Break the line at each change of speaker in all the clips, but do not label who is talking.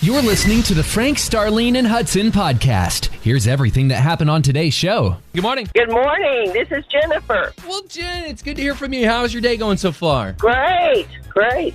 You're listening to the Frank, Starlene, and Hudson podcast. Here's everything that happened on today's show. Good morning.
Good morning. This is Jennifer.
Well, Jen, it's good to hear from you. How's your day going so far?
Great, great.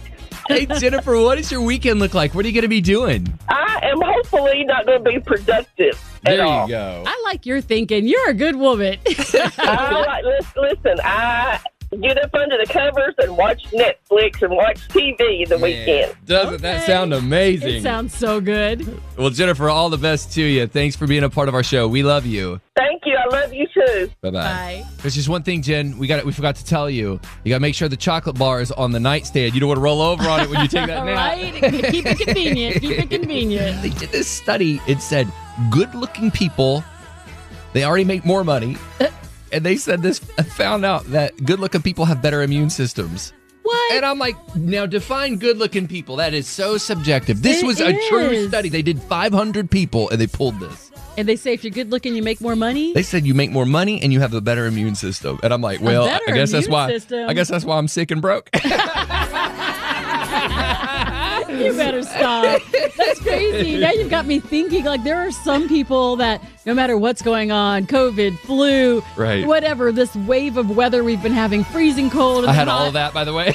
Hey, Jennifer, what does your weekend look like? What are you going to be doing?
I am hopefully not going to be productive at
There
all.
you go.
I like your thinking. You're a good woman.
I like, lis- listen, I get up under the covers and watch Netflix and watch TV the weekend.
Doesn't that
Okay.
sound amazing?
it sounds so good.
well, Jennifer, all the best to you. Thanks for being a part of our show. We love you.
Thank you. I love you too.
Bye-bye.
Bye.
There's just one thing, Jen. We got we forgot to tell you. You got to make sure the chocolate bar is on the nightstand. You don't want to roll over on it when you take that
All
nap.
right. Keep it convenient. Keep it convenient.
They did this study. It said good-looking people, they already make more money, and they said this found out that good-looking people have better immune systems.
What?
And I'm like, now define good-looking people. That is so subjective. This
It
was a true
is.
study. They did 500 people, and they pulled this.
And they say if you're good looking, you make more money.
They said you make more money and you have a better immune system. And I'm like, well, I
better
guess that's
immune
why.
system?
I guess that's why I'm sick and broke.
You better stop. That's crazy. Now you've got me thinking like there are some people that no matter what's going on, COVID, flu,
Right.
whatever, this wave of weather we've been having, freezing cold. and
I had
hot,
all of that, by the way.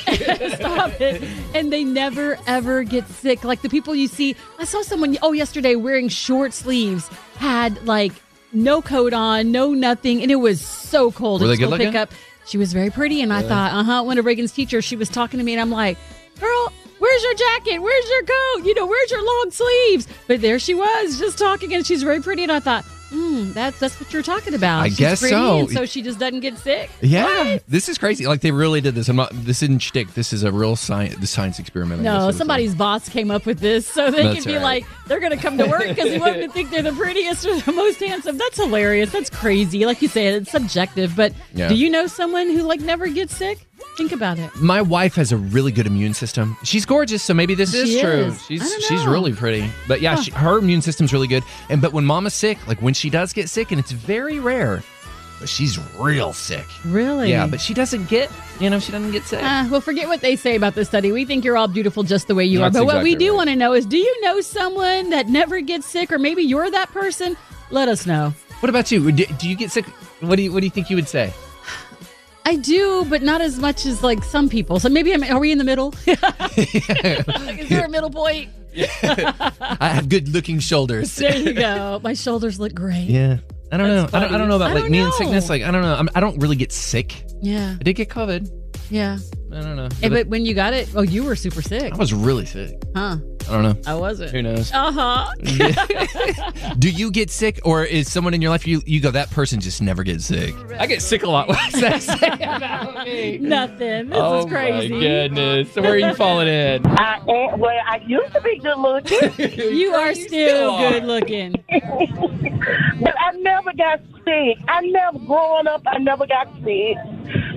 Stop it. And they never ever get sick. Like the people you see, I saw someone oh yesterday wearing short sleeves had like no coat on, no nothing, and it was so cold.
Were
at
they good
school
looking?
pickup. She was very pretty, and I thought, uh huh. One of Reagan's teachers, she was talking to me, and I'm like, girl. Where's your jacket? Where's your coat? You know, where's your long sleeves? But there she was, just talking, and she's very pretty. And I thought, hmm, that's that's what you're talking about.
I
She's
guess
pretty,
so.
And so she just doesn't get sick.
Yeah, this is crazy. Like they really did this. I'm not. This isn't shtick. This is a real science. The science experiment. I guess it
No,
was uh,
somebody's boss came up with this, so they
That's
could be
right.
like, they're going to come to work because we want them to think they're the prettiest or the most handsome. That's hilarious. That's crazy. Like you said, it's subjective. But
Yeah.
do you know someone who like never gets sick? Think about it.
Like. My wife has a really good immune system. She's gorgeous, so maybe this is,
She
true.
is. I
She's
don't
she's
know.
really pretty. But yeah, she, her immune system's really good. And but when Mama's sick, like when she does get sick, and it's very rare, but she's real sick.
Really?
Yeah, but she doesn't get. You know, she doesn't get sick.
Ah, well, forget what they say about the study. We think you're all beautiful just the way you
That's
are. But what we
exactly
do
right.
want to know is do you know someone that never gets sick, or maybe you're that person? Let us know.
What about you? Do, do you get sick? What do you What do you think you would say?
I do, but not as much as like some people. So maybe I'm, are we in the middle? Like, is there a middle point?
I have good looking shoulders.
There you go. My shoulders look great. Yeah.
Yeah. I don't
That's
know. I don't, I
funny.
don't know about
I
like
don't
me and sickness.
know.
Like I don't know. I'm, I don't really get sick.
Yeah.
I did get COVID. I don't know.
Hey, but when you got it, oh, you were super sick.
I was really sick.
Huh.
I don't know.
I wasn't.
Who knows?
Uh huh.
Do you get sick, or is someone in your life you you go that person just never gets sick? I get sick a lot. What does that say about me?
Nothing. This
oh
is crazy.
my goodness! Where are you falling in?
I am, well, I used to be good looking,
You are
still
still,
are.
good looking.
but I never got sick. I never, growing up, I never got sick.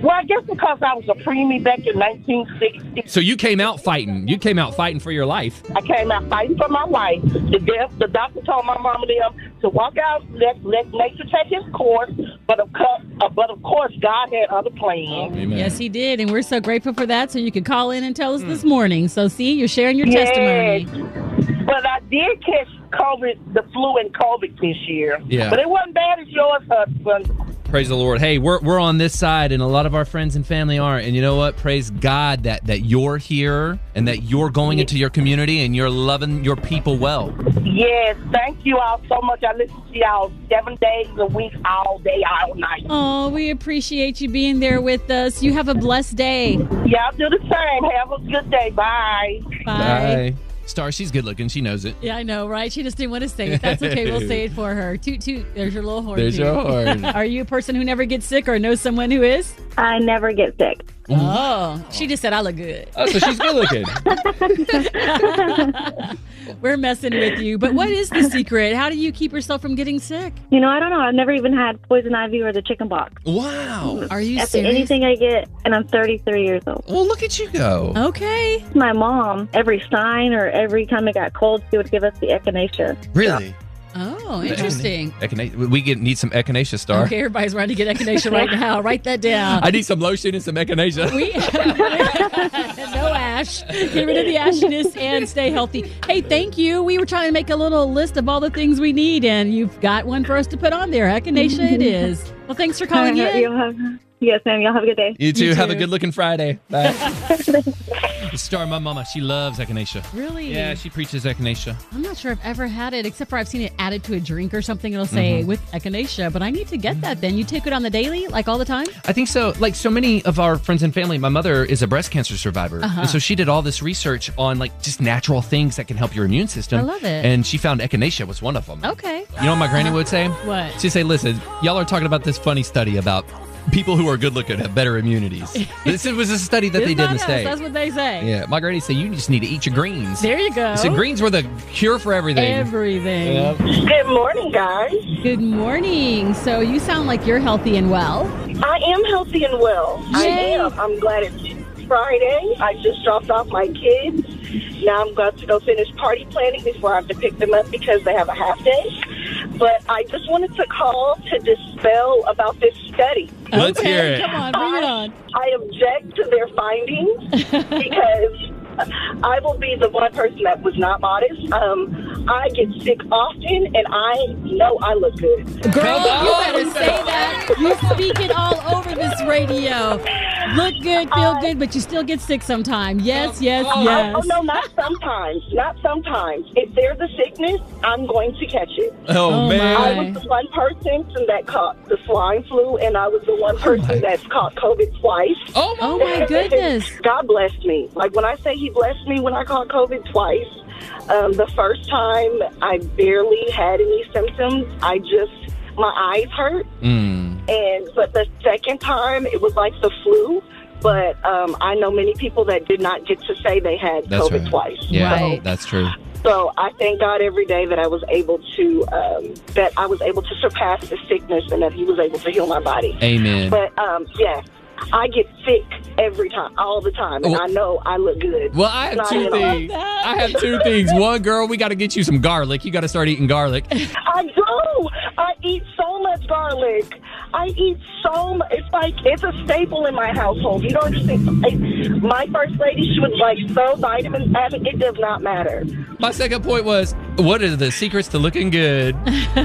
Well, I guess because I was a preemie back in 1960,
So you came out fighting. You came out fighting for your life.
I came out fighting for my life. The, death, the doctor told my mom and them to walk out, let, let nature take its course, but of, course, uh, but of course, God had other plans.
Amen.
Yes, he did. And we're so grateful for that. So you can call in and tell
Hmm.
us this morning. So, see, you're sharing your testimony.
But I did catch COVID, the flu and COVID this year.
Yeah.
But it wasn't bad as yours, husband.
Praise the Lord. Hey, we're, we're on this side, and a lot of our friends and family are. And you know what? Praise God that that you're here and that you're going into your community and you're loving your people well.
Yes, thank you all so much. I listen to y'all seven days a week, all day, all night.
Oh, we appreciate you being there with us. You have a blessed day.
Y'all do the same. Have a good day. Bye.
Bye.
Star, she's good looking. She knows it.
Yeah, I know, right? She just didn't want to say it. That's okay. We'll say it for her. Toot, toot. There's your little horn.
There's
toot.
your horn.
Are you a person who never gets sick or know someone who is?
I never get sick.
Oh, she just said I look good.
Oh, so she's good looking.
We're messing with you. But what is the secret? How do you keep yourself from getting sick?
You know, I don't know. I've never even had poison ivy or the chicken pox.
wow.
Are you
That's
serious?
anything I get, and I'm 33 years old.
Well, look at you go.
Oh, Okay.
My mom, every sign or every time it got cold, she would give us the echinacea.
Really?
Oh, interesting.
Echina- we get, need some echinacea star.
Okay, everybody's trying to get echinacea right now. Write that down.
I need some lotion and some echinacea.
We no ash. Get rid of the ashiness and stay healthy. Hey, thank you. We were trying to make a little list of all the things we need, and you've got one for us to put on there. Echinacea it is. Well, thanks for calling
Uh,
in.
you'll have, yes, ma'am. Y'all have a good day.
you two
You
have a
too.
good looking Friday. Bye. The star, my mama, she loves echinacea.
Really?
Yeah, she preaches echinacea.
I'm not sure I've ever had it, except for I've seen it added to a drink or something. It'll say
Mm-hmm.
with echinacea, but I need to get that. Then you take it on the daily, like all the time.
I think so. Like so many of our friends and family, my mother is a breast cancer survivor, and so she did all this research on like just natural things that can help your immune system.
I love it.
And she found echinacea was one of them.
Okay.
You know what my granny would say?
What?
She'd say, "Listen, y'all are talking about this funny study about people who are good looking have better immunities. this was a study that they
It's
did
not
in the
us,
state.
That's what they say.
Yeah, my granny said you just need to eat your greens.
There you go.
She said greens were the cure for everything.
Everything.
Yep.
Good morning, guys.
Good morning. So you sound like you're healthy and well.
I am healthy and well. I
Yay.
am. I'm glad it's Friday. I just dropped off my kids. Now I'm going to go finish party planning before I have to pick them up because they have a half day. But I just wanted to call to dispel about this study.
Let's
Okay,
hear it.
Come on, bring it on.
I object to their findings because I will be the one person that was not modest. Um, I get sick often, and I know I look good.
Girl,
Come
you
on.
better say that. You speak it all over this radio. Look good, feel good, but you still get sick sometime. Yes, yes, yes.
Oh no, not sometimes. Not sometimes. If there's a sickness, I'm going to catch it.
Oh,
Oh,
man.
I
Okay.
was the one person that caught the swine flu, and I was the one person that's caught COVID twice.
Oh
Oh my goodness.
God blessed me. Like when I say He blessed me, when I caught COVID twice, um, the first time I barely had any symptoms. I just my eyes hurt,
Mm.
and but the second time it was like the flu. But um, I know many people that did not get to say they had
That's
COVID
right.
twice.
Yeah,
Right.
that's true.
So I thank God every day that I was able to um, that I was able to surpass the sickness and that He was able to heal my body.
Amen.
But um, yeah, I get sick every time, all the time, and
Oh.
I know I look good.
Well, I have
Not
two
at all.
things. I have two things. One, girl, we got to get you some garlic. You got to start eating garlic.
I do. I eat so much garlic. I eat so much. It's like it's a staple in my household. You don't understand. Like, my first lady, she was like so vitamin addict. It does not matter.
My second point was, what are the secrets to looking good?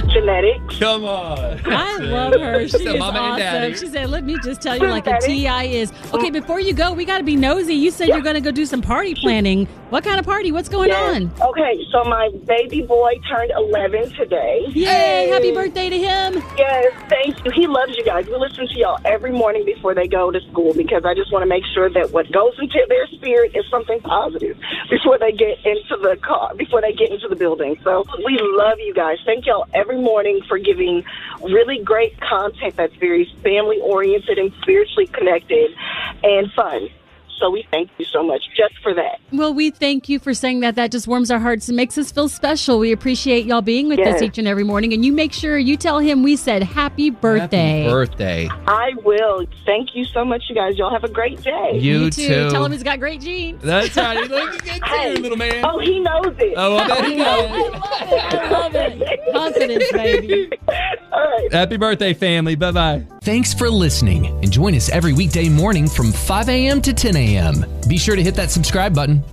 Genetics.
Come on.
I love her. She
Said
is
mama and
awesome.
daddy.
She said, "Let me just tell you, like a
Daddy. Oh.
TI is." Okay, before you go, we got to be nosy. You said you're going to go do some party planning. What kind of party? What's going on?
Okay, so my baby boy turned 11 today.
Yay! Happy birthday to him.
Yes, thank you. He loves you guys. We listen to y'all every morning before they go to school because I just want to make sure that what goes into their spirit is something positive before they get into the car, before they get into the building. So we love you guys. Thank y'all every morning for giving really great content that's very family oriented and spiritually connected and fun. So we thank you so much just for that.
Well, we thank you for saying that. That just warms our hearts and makes us feel special. We appreciate y'all being with us
Yes.
each and every morning. And you make sure you tell him we said happy birthday.
Happy birthday.
I will. Thank you so much, you guys. Y'all have a great day.
You,
You
too.
too. Tell him he's got great genes.
That's right. He looks good
Hey.
too, little man.
Oh, he knows it.
Oh, I bet he does.
I love it. Confidence, baby.
All right.
Happy birthday, family. Bye bye. Thanks for listening. And join us every weekday morning from 5 a.m. to 10 a.m. Be sure to hit that subscribe button.